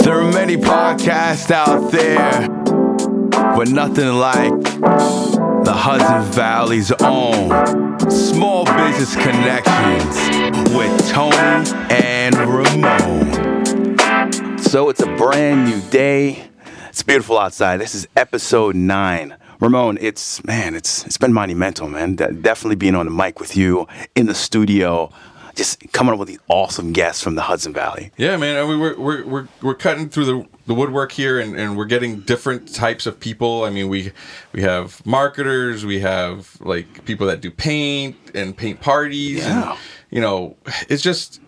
There are many podcasts out there, but nothing like the Hudson Valley's own Small Business Connections with Tony and Ramon. So it's a brand new day. It's beautiful outside. This is episode nine. Ramon, it's man, it's it's been monumental, man. De- definitely being on the mic with you in the studio, just coming up with these awesome guests from the Hudson Valley. Yeah, man. I mean, we're we're we're, we're cutting through the, the woodwork here, and, and we're getting different types of people. I mean, we we have marketers, we have like people that do paint and paint parties, Yeah. and you know, it's just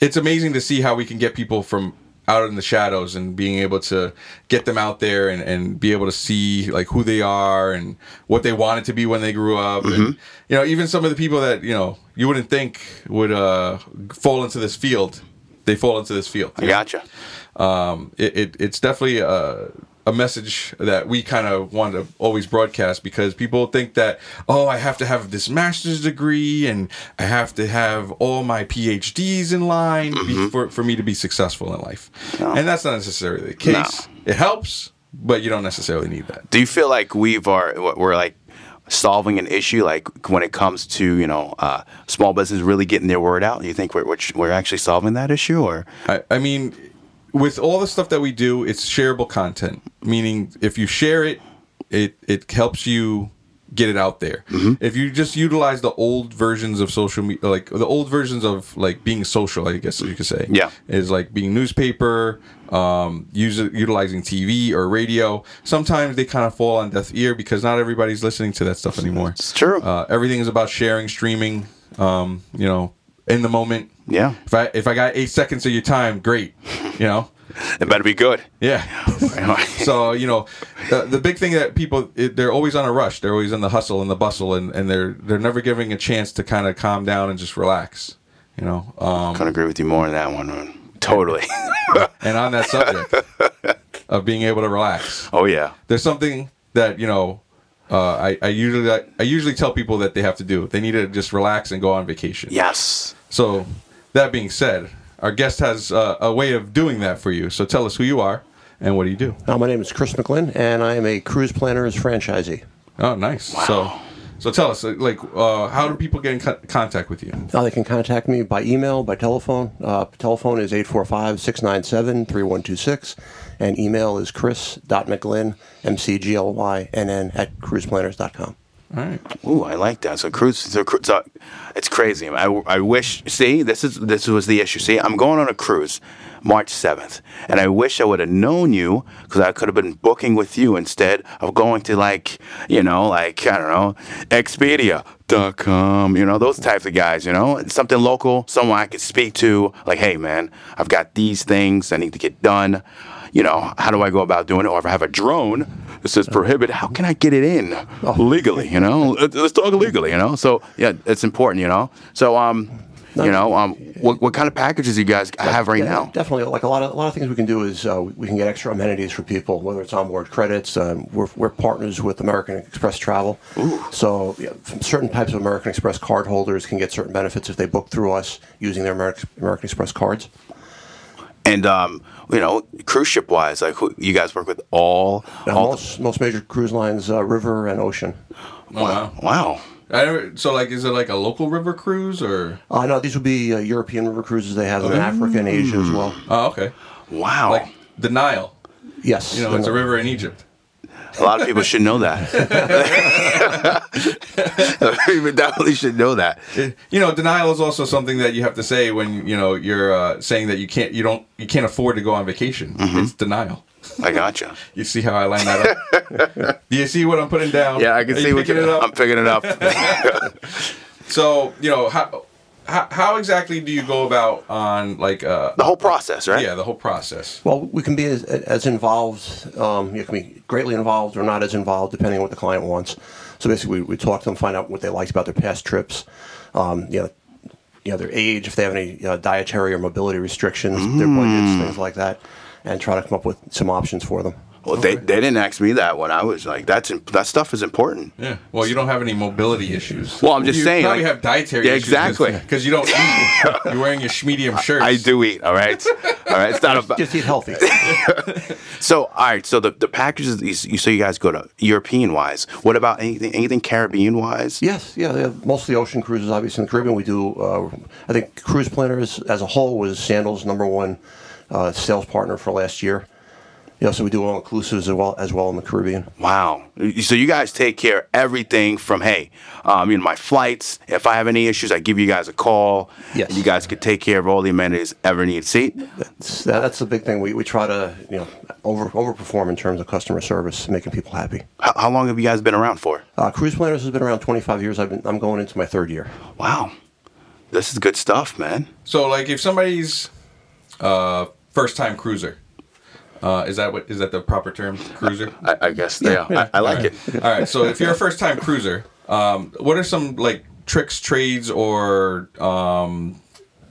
it's amazing to see how we can get people from out in the shadows and being able to get them out there and, and be able to see like who they are and what they wanted to be when they grew up and you know even some of the people that you know you wouldn't think would uh fall into this field they fall into this field I gotcha. um, it, it, it's definitely a, a message that we kind of want to always broadcast because people think that oh i have to have this master's degree and i have to have all my phds in line be- for, for me to be successful in life No. and that's not necessarily the case it helps but you don't necessarily need that Do you feel like we've are we're like solving an issue like when it comes to you know uh, small business really getting their word out? Do you think we're we're, we're actually solving that issue or I, I mean, with all the stuff that we do, it's shareable content. Meaning, if you share it, it it helps you get it out there. If you just utilize the old versions of social media, like the old versions of like being social, I guess you could say, Yeah. is like being newspaper, um, use, utilizing TV or radio. Sometimes they kind of fall on deaf ear because not everybody's listening to that stuff anymore. it's true? Uh, everything is about sharing, streaming. Um, you know, in the moment. yeah, If I if I got eight seconds of your time, great. You know, it better be good. yeah. so you know, the, the big thing that people it, they're always on a rush. They're always in the hustle and the bustle, and, and they're they're never giving a chance to kind of calm down and just relax. You know, um, Couldn't agree with you more on that one. man. Totally. and on that subject of being able to relax, oh yeah. there's something that you know. Uh, I, I usually I usually tell people that they have to do. They need to just relax and go on vacation. Yes. So, that being said, our guest has uh, a way of doing that for you. So tell us who you are and what do you do. Uh, my name is Chris McGlynn, and I am a cruise planner's franchisee. Oh, nice. So, so tell us, uh, like, uh, how do people get in co- contact with you? Uh, they can contact me by email, by telephone. Uh, telephone is 845 697 3126, and email is chris.mcglynn, M C G L Y N N, at cruiseplanners.com. All right. Ooh, I like that. So cruise, so, cru- so it's crazy. I, I wish. See, this is this was the issue. See, I'm going on a cruise, March 7th, and I wish I would have known you because I could have been booking with you instead of going to like you know like I don't know Expedia.com. You know those types of guys. You know something local, someone I could speak to. Like, hey man, I've got these things I need to get done. You know, how do I go about doing it? Or if I have a drone that says prohibit, how can I get it in legally? You know, Let- let's talk legally. You know, so yeah, it's important. You know, so um, you know um, what what kind of packages you guys have right Yeah, now? Definitely, like a lot of a lot of things we can do is uh, we can get extra amenities for people, whether it's onboard credits. Um, we're, we're partners with American Express Travel, so yeah, from certain types of American Express card holders can get certain benefits if they book through us using their American, American Express cards. And um, you know, cruise ship wise, like who, you guys work with all Um, Now, all the- most most major cruise lines, uh, river and ocean. wow. wow. I never, so, like, is it like a local river cruise or? Uh, no, these would be uh, European river cruises they have in Africa and Asia as well. Oh, okay. Wow, Like the Nile. Yes, You know, it's a river in Egypt. a lot of people should know that. People definitely should know that. It- you know, denial is also something that you have to say when you know you're uh, saying that you can't, you don't, you can't afford to go on vacation. Mm-hmm. It's denial. I gotcha. You see how I line that up? do you see what I'm putting down? Yeah, I can Are you see what picking you're. it up? I'm picking it up. So you know how how, how exactly do you go about on like uh the whole process, right? yeah the whole process? Well, we can be as, as involved. Um, you can be greatly involved or not as involved, depending on what the client wants. So basically, we, we talk to them, find out what they liked about their past trips, um, you know, you know, their age, if they have any uh, Mm. dietary or mobility restrictions, their budgets, things like that, and try to come up with some options for them. Well, they, they didn't ask me that when I was like, that's im- that stuff is important. Yeah. Well, you don't have any mobility issues. Well, I'm just you saying, Probably like- have dietary Yeah, issues 'cause- exactly. Because you don't eat. You're wearing your schmedium shirts. I do eat. All right, all right. It's not about Just eat healthy. so. All right. So the, the packages that you, s- you say you guys go to European wise. What about anything anything Caribbean wise? yes, yeah, they have most of the ocean cruises, obviously in the Caribbean, we do. Uh, I think Cruise Planners as a whole was Sandals' number one uh, sales partner for last year. Yeah, so we do all inclusives as well as well in the Caribbean. Wow. So you guys take care of everything from hey, um, you know my flights. If I have any issues, I give you guys a call. Yes. You guys could take care of all the amenities ever need. See, That's, that, that's the big thing. We, we try to you know over overperform in terms of customer service, making people happy. how, how long have you guys been around for? Uh, Cruise Planners has been around 25 years. I've been, I'm going into my third year. Wow. This is good stuff, man. So, like, if somebody's uh, first time cruiser, uh, is that what is that the proper term? Cruiser. I, I guess yeah, I, I like it. All right. So, if you're a first time cruiser, um, what are some like tricks, trades, or um,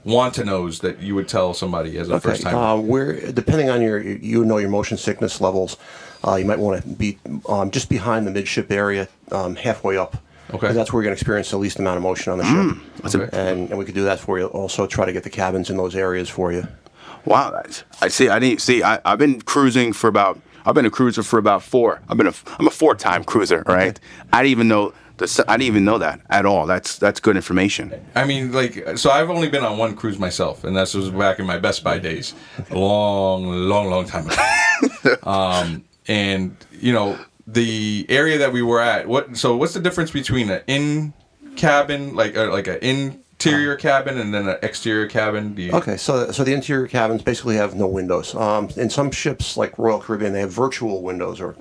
want to knows that you would tell somebody as a first time? Uh, where depending on your you know your motion sickness levels, uh, you might want to be um, just behind the midship area, um, halfway up. Okay. Mm. 'Cause That's where you're going to experience the least amount of motion on the ship. a- and, and we could do that for you. Also, try to get the cabins in those areas for you. Wow, that's- I see. I didn't see. I, I've been cruising for about. I've been a cruiser for about four. I've been a. I'm a four-time cruiser, right? I didn't even know the. s- I didn't even know that at all. That's that's good information. I mean, like, so I've only been on one cruise myself, and this was back in my Best Buy days, a long, long, long time ago. um, and you know, the area that we were at, what? So, what's the difference between an in cabin, like, uh, like an interior cabin, and then an exterior cabin? Do you, Okay, so so the interior cabins basically have no windows. Um, in some ships like Royal Caribbean, they have virtual windows or.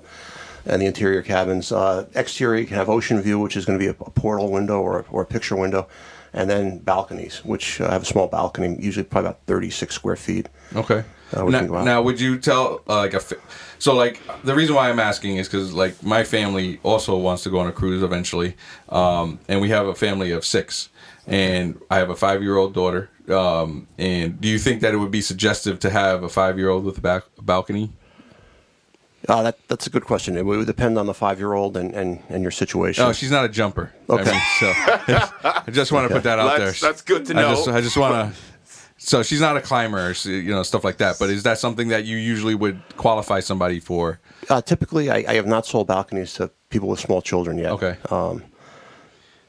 And the interior cabins, uh, exterior you can have ocean view, which is going to be a, a portal window or a, or a picture window, and then balconies, which uh, have a small balcony, usually probably about thirty-six square feet. Okay. Uh, we now, can go out. now, would you tell uh, like a fa- so like the reason why I'm asking is because like my family also wants to go on a cruise eventually, um, and we have a family of six, and I have a five year old daughter. Um, and do you think that it would be suggestive to have a five year old with a back- balcony? Uh, that that's a good question. It would depend on the five-year-old and, and, and your situation. Oh, she's not a jumper. Okay. I, mean, so, I just want to put that out That's- there. that's good to I know. just, I just want to. So she's not a climber, so, you know, stuff like that. But is that something that you usually would qualify somebody for? uh, typically, I, I have not sold balconies to people with small children yet. Okay. Um,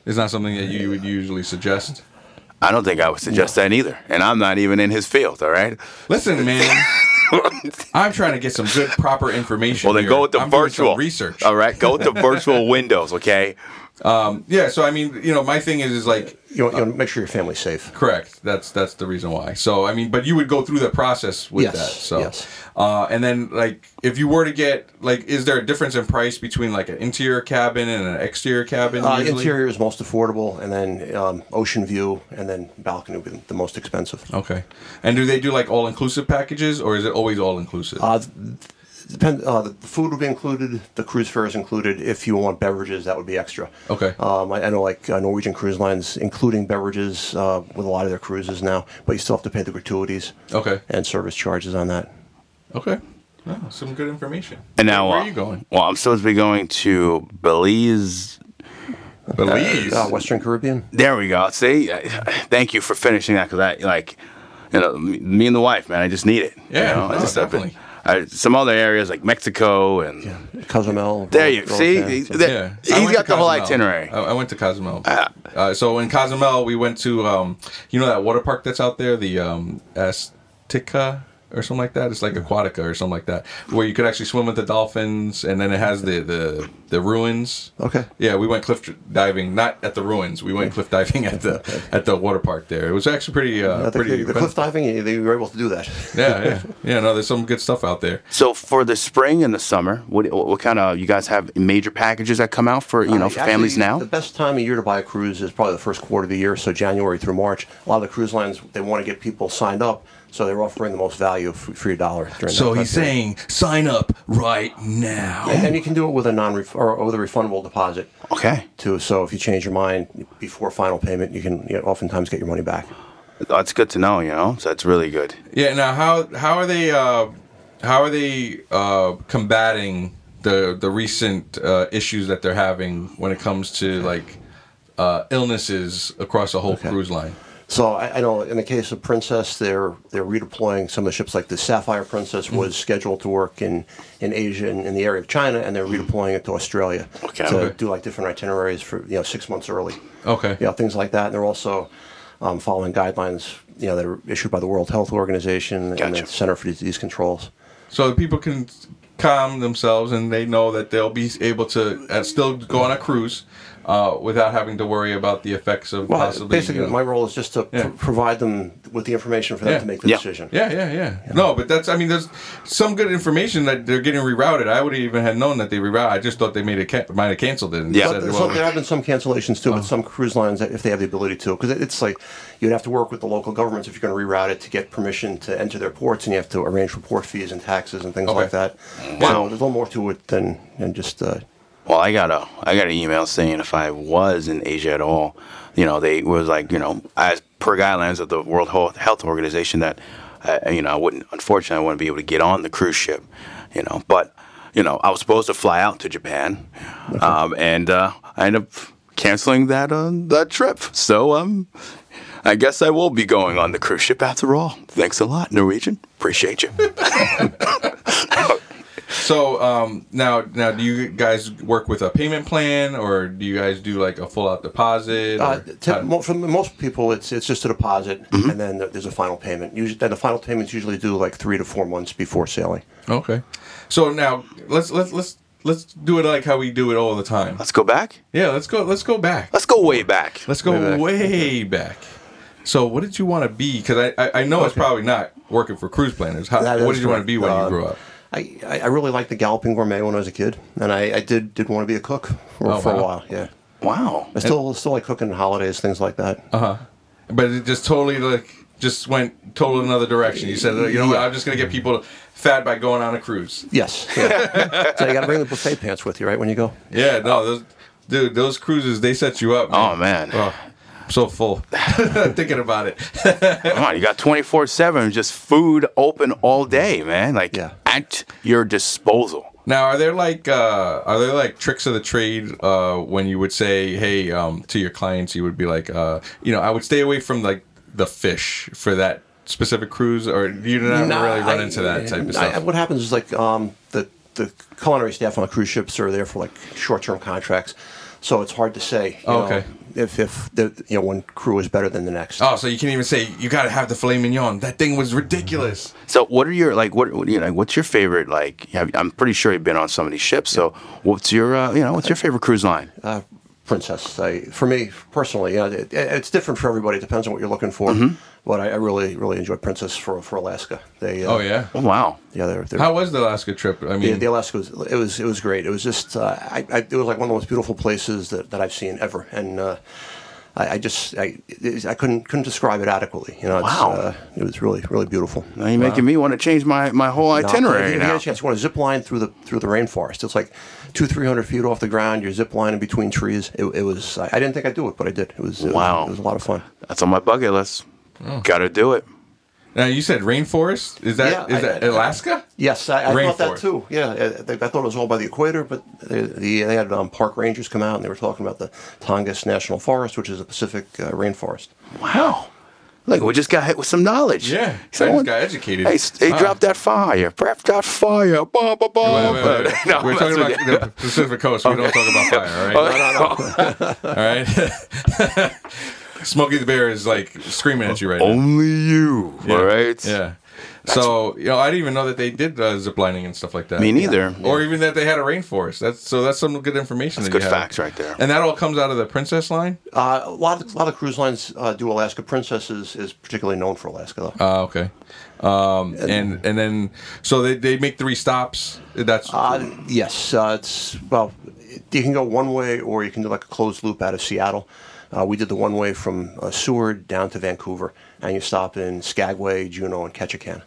It's not something that you would usually suggest. I don't think I would suggest that either. And I'm not even in his field. All right. Listen, man, I'm trying to get some good, proper information. Well, then here. go with the I'm doing some virtual Uh, research. All right, go with the virtual windows. Okay. Yeah, so I mean, you know, my thing is, is like, you want, you want to make sure your family's safe. correct. That's that's the reason why. So I mean, but you would go through the process with Yes, that. So, yes. uh, and then like, if you were to get like, is there a difference in price between like an interior cabin and an exterior cabin? Uh, usually? interior is most affordable, and then um, ocean view, and then balcony would be the most expensive. Okay. And do they do like all inclusive packages, or is it always all inclusive? Uh, depend, uh, the food would be included, the cruise fare is included. If you want beverages, that would be extra. Okay. Um, I, I know like uh, Norwegian Cruise Lines, including beverages uh, with a lot of their cruises now, but you still have to pay the gratuities okay. and service charges on that. Okay. Wow, some good information. And now, where uh, are you going? Well, I'm supposed to be going to Belize. Belize. Uh, Western Caribbean? There we go. See, I- thank you for finishing that because I like, you know, m- me and the wife, man, I just need it. you Yeah, know? I no, just- I've been- definitely. I- some other areas like Mexico and Cozumel. there you Roatan. see, he- that- Yeah, I he's went got to the whole Cozumel. itinerary. Ah. I, I went to Cozumel. Uh, so in Cozumel, we went to um, you know that water park that's out there, the um, Azteca or something like that. It's like Aquatica or something like that, where you could actually swim with the dolphins, and then it has the the, the ruins. Okay. Yeah, we went cliff diving, not at the ruins. We went cliff diving at the at the water park there. It was actually pretty uh, I think pretty. the, the cliff event- diving, you- they were able to do that. yeah, yeah, yeah. No, there's some good stuff out there. So for the spring and the summer, what what what kind of you guys have major packages that come out for you know for Uh, Actually, families now? The best time of year to buy a cruise is probably the first quarter of the year, so January through March. A lot of the cruise lines they want to get people signed up, so they're offering the most value for, for your dollar. During So that he's time period. saying, sign up right now. and, and you can do it with a non or with a refundable deposit Okay, too. So if you change your mind before final payment, you can you know, oftentimes get your money back. that's good to know. You know, so that's really good. Yeah. Now, how how are they? Uh, how are they uh, combating the the recent uh, issues that they're having when it comes to like uh, illnesses across the whole cruise line? So I, I know in the case of Princess, they're they're redeploying some of the ships. Like the Sapphire Princess was scheduled to work in in Asia and in the area of China, and they're redeploying it to Australia Okay. to Okay. do like different itineraries for you know six months early. Okay. You know things like that, and they're also um, following guidelines. You know that are issued by the World Health Organization and Gotcha. the Center for Disease Controls. So people can calm themselves and they know that they'll be able to uh, still go on a cruise uh, without having to worry about the effects of Well, possibly. Uh, uh, basically, you know- my role is just to pr- Yeah. provide them with the information for them Yeah. to make the Yeah. decision. Yeah, yeah, yeah, No, but that's I mean, there's some good information that they're getting rerouted. I would even have known that they rerouted. I just thought they made it ca- might have canceled it. and Yeah. said, But well, so there have been some cancellations too, but some cruise lines, if they have the ability to, because it's like you'd have to work with the local governments if you're going to reroute it to get permission to enter their ports, and you have to arrange for port fees and taxes and things Okay. like that. So there's a little more to it than than just. Uh, Well, I got a I got an email saying if I was in Asia at all, you know, they was like, you know, as per guidelines of the World Health Health Organization, that uh, you know, I wouldn't, unfortunately, I wouldn't be able to get on the cruise ship, you know. But you know, I was supposed to fly out to Japan, um, and uh, I ended up canceling that uh, that trip. So um, I guess I will be going on the cruise ship after all. Thanks a lot, Norwegian. Appreciate you. So um, now, now, do you guys work with a payment plan, or do you guys do like a full out deposit? or- uh, to, mo- for most people, it's it's just a deposit, Mm-hmm. and then there's a final payment. Usually, then the final payment's usually due like three to four months before sailing. okay. So now let's let's let's let's do it like how we do it all the time. Let's go back. Yeah, let's go. Let's go back. Let's go way back. Let's go way back. So what did you want to be? Because I, I I know it's probably not working for cruise planners. How, That what is did you want to be correct. when you Uh, grew up? I, I I really liked the Galloping Gourmet when I was a kid, and I, I did did want to be a cook for, Oh, for wow. a while. Yeah, Wow. I still still like cooking holidays, things like that. Uh-huh. but it just totally like just went total another direction. You said, you know what? I'm just gonna get people fat by going on a cruise. Yes. yeah. so you got to bring the buffet pants with you, right, when you go. Yeah, no, those, dude, those cruises they set you up. Oh man. Oh, I'm so full thinking about it. Come on, you got 24 7 just food open all day, man. Like Yeah. at your disposal. Now, are there like uh, are there like tricks of the trade uh, when you would say, hey, um, to your clients, you would be like, uh, you know, I would stay away from like the fish for that specific cruise, or you do not No, really run I- into that type of I- stuff. what happens is like um, the the culinary staff on the cruise ships are there for like short term contracts, so it's hard to say. you Oh, know, okay. if if the, you know one crew is better than the next. oh, so you can't even say you got to have the filet mignon. That thing was ridiculous. So, what are your like? What what, you know? like, What's your favorite? Like, have, I'm pretty sure you've been on some of these ships. So, what's your uh, you know? What's your favorite cruise line? Uh, Princess, I, for me personally, you know, it, it's different for everybody. It depends on what you're looking for. Mm-hmm. But I, I really really enjoy Princess for for Alaska. They uh, Oh yeah. Oh, wow. yeah they're, they're How was the Alaska trip? I The, mean, the Alaska was it was it was great. It was just uh, I, I it was like one of the most beautiful places that, that I've seen ever, and uh, I, I just I it- I couldn't couldn't describe it adequately. You know, it's, Wow. uh, it was really really beautiful. Now you're making me want to change my my whole if itinerary you, if you now. get a chance, you want to zip line through the through the rainforest. It's like two three hundred feet off the ground. You're zip lining between trees. It, it was I, I didn't think I'd do it, but I did. It was it was- Wow. it was a lot of fun. That's on my bucket list. Mm. Got to do it. now you said rainforest. Is that is Yeah, I- that I- Alaska? Yes, I, I thought that Rainforest. too. Yeah, I, I thought it was all by the equator, but they, the, they had um, park rangers come out and they were talking about the Tongass National Forest, which is a Pacific uh, rainforest. Wow. Look, we just got hit with some knowledge. Yeah, I Someone- just got educated. Hey, s- hey Wow. drop that fire. Prep that fire. Bah, bah, bah. Wait, wait, wait, wait. No, We're talking that's what- about the Pacific Coast. We don't talk about fire, all right? All right. Smokey the Bear is like screaming at you right now. Only you. All Oh, right. Yeah. So you know, I didn't even know that they did uh, zip lining and stuff like that. Me neither. Or even that they had a rainforest. That's so. That's some good information. That's that you good have. facts right there. And that all comes out of the Princess line. Uh, a lot of a lot of cruise lines uh, do Alaska. Princess is, is particularly known for Alaska, though. Ah, okay. Um, and and then so they, they make three stops. That's Ah, Uh, yes, uh, it's well, it- you can go one way or you can do like a closed loop out of Seattle. Uh, we did the one way from uh, Seward down to Vancouver, and you stop in Skagway, Juneau, and Ketchikan.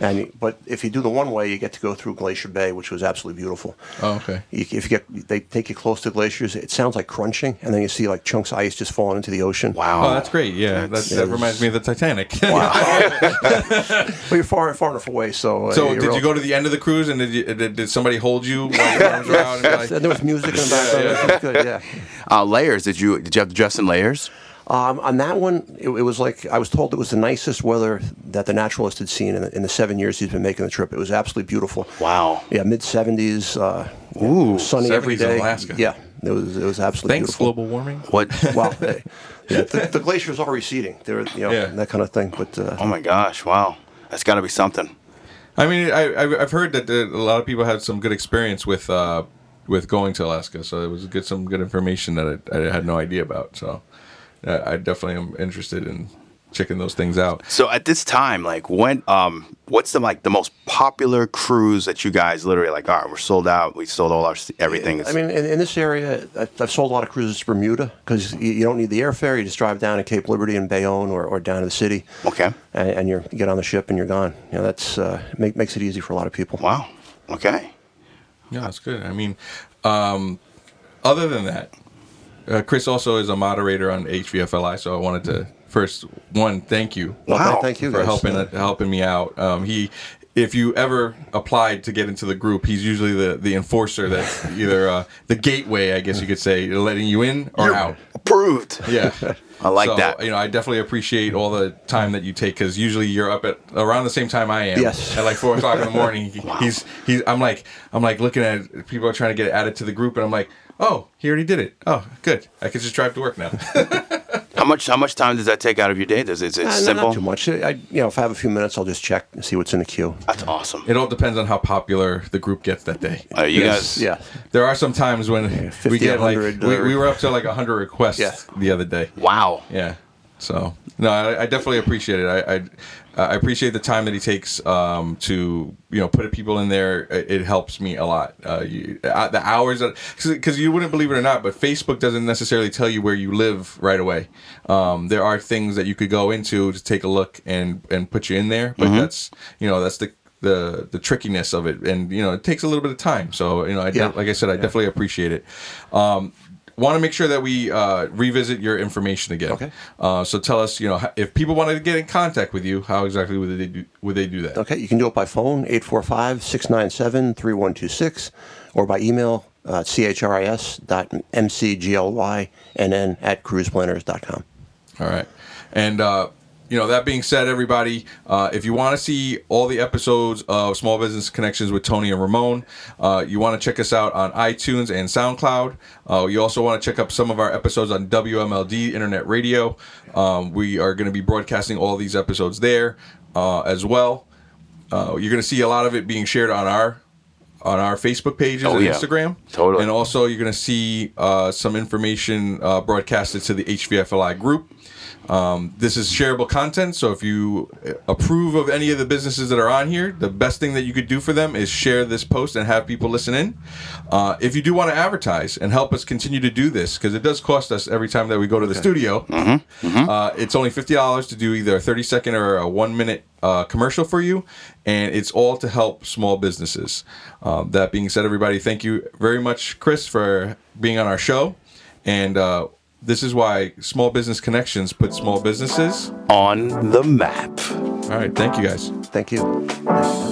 And but if you do the one way, you get to go through Glacier Bay, which was absolutely beautiful. Oh, okay. You, if you get, they take you close to glaciers. It sounds like crunching, and then you see like chunks of ice just falling into the ocean. Wow. Oh, that's great. Yeah, that, That's- that reminds me of the Titanic. Wow. But you're far, far enough away, so. uh, so, you're did real- you go to the end of the cruise and did, you, did, did somebody hold you while your arms were out and be like, And there was music in the background. It was good, yeah. Uh, layers. Did you did you have to dress in layers? Um, on that one, it, it was like I was told it was the nicest weather that the naturalist had seen in the, in the seven years he's been making the trip. It was absolutely beautiful. Wow. Yeah, mid seventies. Uh, Ooh. sunny every 70s in day. Alaska. Yeah, it was it was absolutely thanks, beautiful. global warming? What? Wow. hey, yeah, the, the glaciers are receding. They're you know Yeah. that kind of thing. But uh, Oh my gosh! Wow. That's got to be something. I mean, I, I, I've heard that uh, a lot of people had some good experience with uh, with going to Alaska, so it was good some good information that I, I had no idea about. So uh, I definitely am interested in checking those things out. So at this time, like when, um, what's the like the most popular cruise that you guys literally like? All right, we're sold out. We sold all our s- everything. I mean, in, in this area, I- I've sold a lot of cruises to Bermuda because you, you don't need the airfare. You just drive down to Cape Liberty and Bayonne or, or down to the city. Okay. And, and you're, you get on the ship and you're gone. You know, that's uh, make, makes it easy for a lot of people. wow. Okay. Yeah, that's good. I mean, um, other than that, uh, Chris also is a moderator on HVFLI, so I wanted to first one thank you Well, th- Wow. thank you for guys. helping uh, helping me out. Um, he, if you ever applied to get into the group, he's usually the the enforcer that's either uh, the gateway, I guess you could say, letting you in or out. Approved. Yeah. I like So, that. You know, I definitely appreciate all the time that you take because usually you're up at around the same time I am. Yes. At like four o'clock in the morning, He- he's he's. I'm like I'm like looking at people are trying to get added to the group, and I'm like, oh, he already did it. Oh, good. I could just drive to work now. How much? How much time does that take out of your day? Does it's, it's Uh, no, simple? not too much. I, I- you know, if I have a few minutes, I'll just check and see what's in the queue. That's awesome. it all depends on how popular the group gets that day. Uh, you Yes, guys. yeah. There are some times when we 50, get like 100, we, or- we were up to like hundred requests Yeah. the other day. Wow. Yeah. So no, I, I definitely appreciate it. I, I I appreciate the time that he takes um, to you know put people in there. It, it helps me a lot. Uh, you, uh, the hours that because you wouldn't believe it or not, but Facebook doesn't necessarily tell you where you live right away. Um, there are things that you could go into to take a look and and put you in there, Mm-hmm. but that's you know that's the the the trickiness of it, and you know it takes a little bit of time. So you know, I de- Yeah. like I said, I definitely appreciate it. Um, want to make sure that we uh, revisit your information again. Okay. Uh, so tell us, you know, h- if people wanted to get in contact with you, how exactly would they do, would they do that? Okay, you can do it by phone, 845-697-3126, or by email, uh, chris dot mcglynn at cruiseplanners.com. All right. And, uh, you know, that being said, everybody, uh, if you want to see all the episodes of Small Business Connections with Tony and Ramon, uh, you want to check us out on iTunes and SoundCloud. Uh, you also want to check up some of our episodes on WMLD Internet Radio. Um, we are going to be broadcasting all these episodes there uh, as well. Uh, you're going to see a lot of it being shared on our on our Facebook pages Oh, and yeah. Instagram. Totally. And also, you're going to see uh, some information uh, broadcasted to the HVFLI group. Um, this is shareable content, so if you uh, approve of any of the businesses that are on here, the best thing that you could do for them is share this post and have people listen in. Uh, if you do want to advertise and help us continue to do this, because it does cost us every time that we go to the studio, uh, it's only fifty dollars to do either a thirty second or a one minute uh, commercial for you, and it's all to help small businesses. Um, that being said, everybody, thank you very much, Chris, for being on our show, and uh, this is why Small Business Connections put small businesses. On the map. All right, thank you guys. Thank you. Thank you.